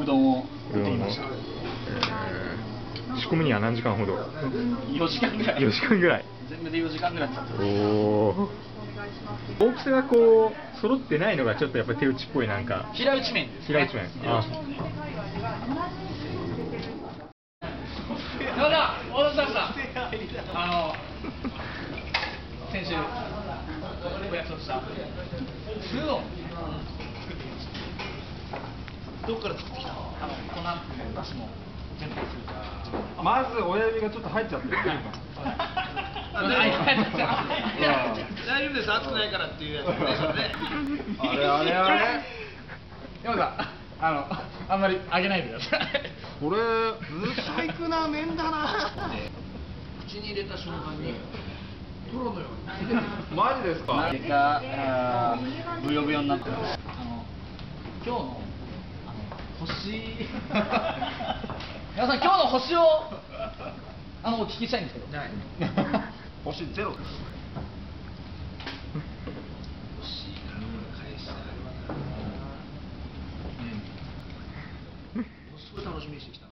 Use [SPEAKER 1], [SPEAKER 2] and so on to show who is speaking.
[SPEAKER 1] うどんを
[SPEAKER 2] うど
[SPEAKER 1] 取り
[SPEAKER 2] んを
[SPEAKER 1] ました
[SPEAKER 2] えー仕込みには何時間ほど
[SPEAKER 1] 4時間ぐらい
[SPEAKER 2] 4時間ぐらい
[SPEAKER 1] 全部で4時間ぐらいかかった
[SPEAKER 2] おお大きさがこう揃ってないのがちょっとやっぱり手打ちっぽいなんか
[SPEAKER 1] 平打ち麺です、ね、
[SPEAKER 2] 平打ち麺
[SPEAKER 1] 平打ち麺ただ小田さんあの先週お約束した酢を作ってきましたどっから作ってきたのあの粉だしも全部作った
[SPEAKER 3] まず親指がちょっと入っちゃってる。
[SPEAKER 1] 大丈夫です、暑くないからっていうやつね、
[SPEAKER 3] あれあれあれ。
[SPEAKER 1] 山田さん、あの、あんまり上げないでください。
[SPEAKER 3] これ、不細工な面だな。
[SPEAKER 1] 口に入れた瞬間に、トロのように。
[SPEAKER 3] マジですか
[SPEAKER 1] な。ぜか、あーブヨブヨになってます。あの、今日の、あの、星。 皆さん、今日の星を、あの、お聞きしたいんですけど。 ない。
[SPEAKER 3] 星ゼロです。
[SPEAKER 1] すごい楽しみにしてきた。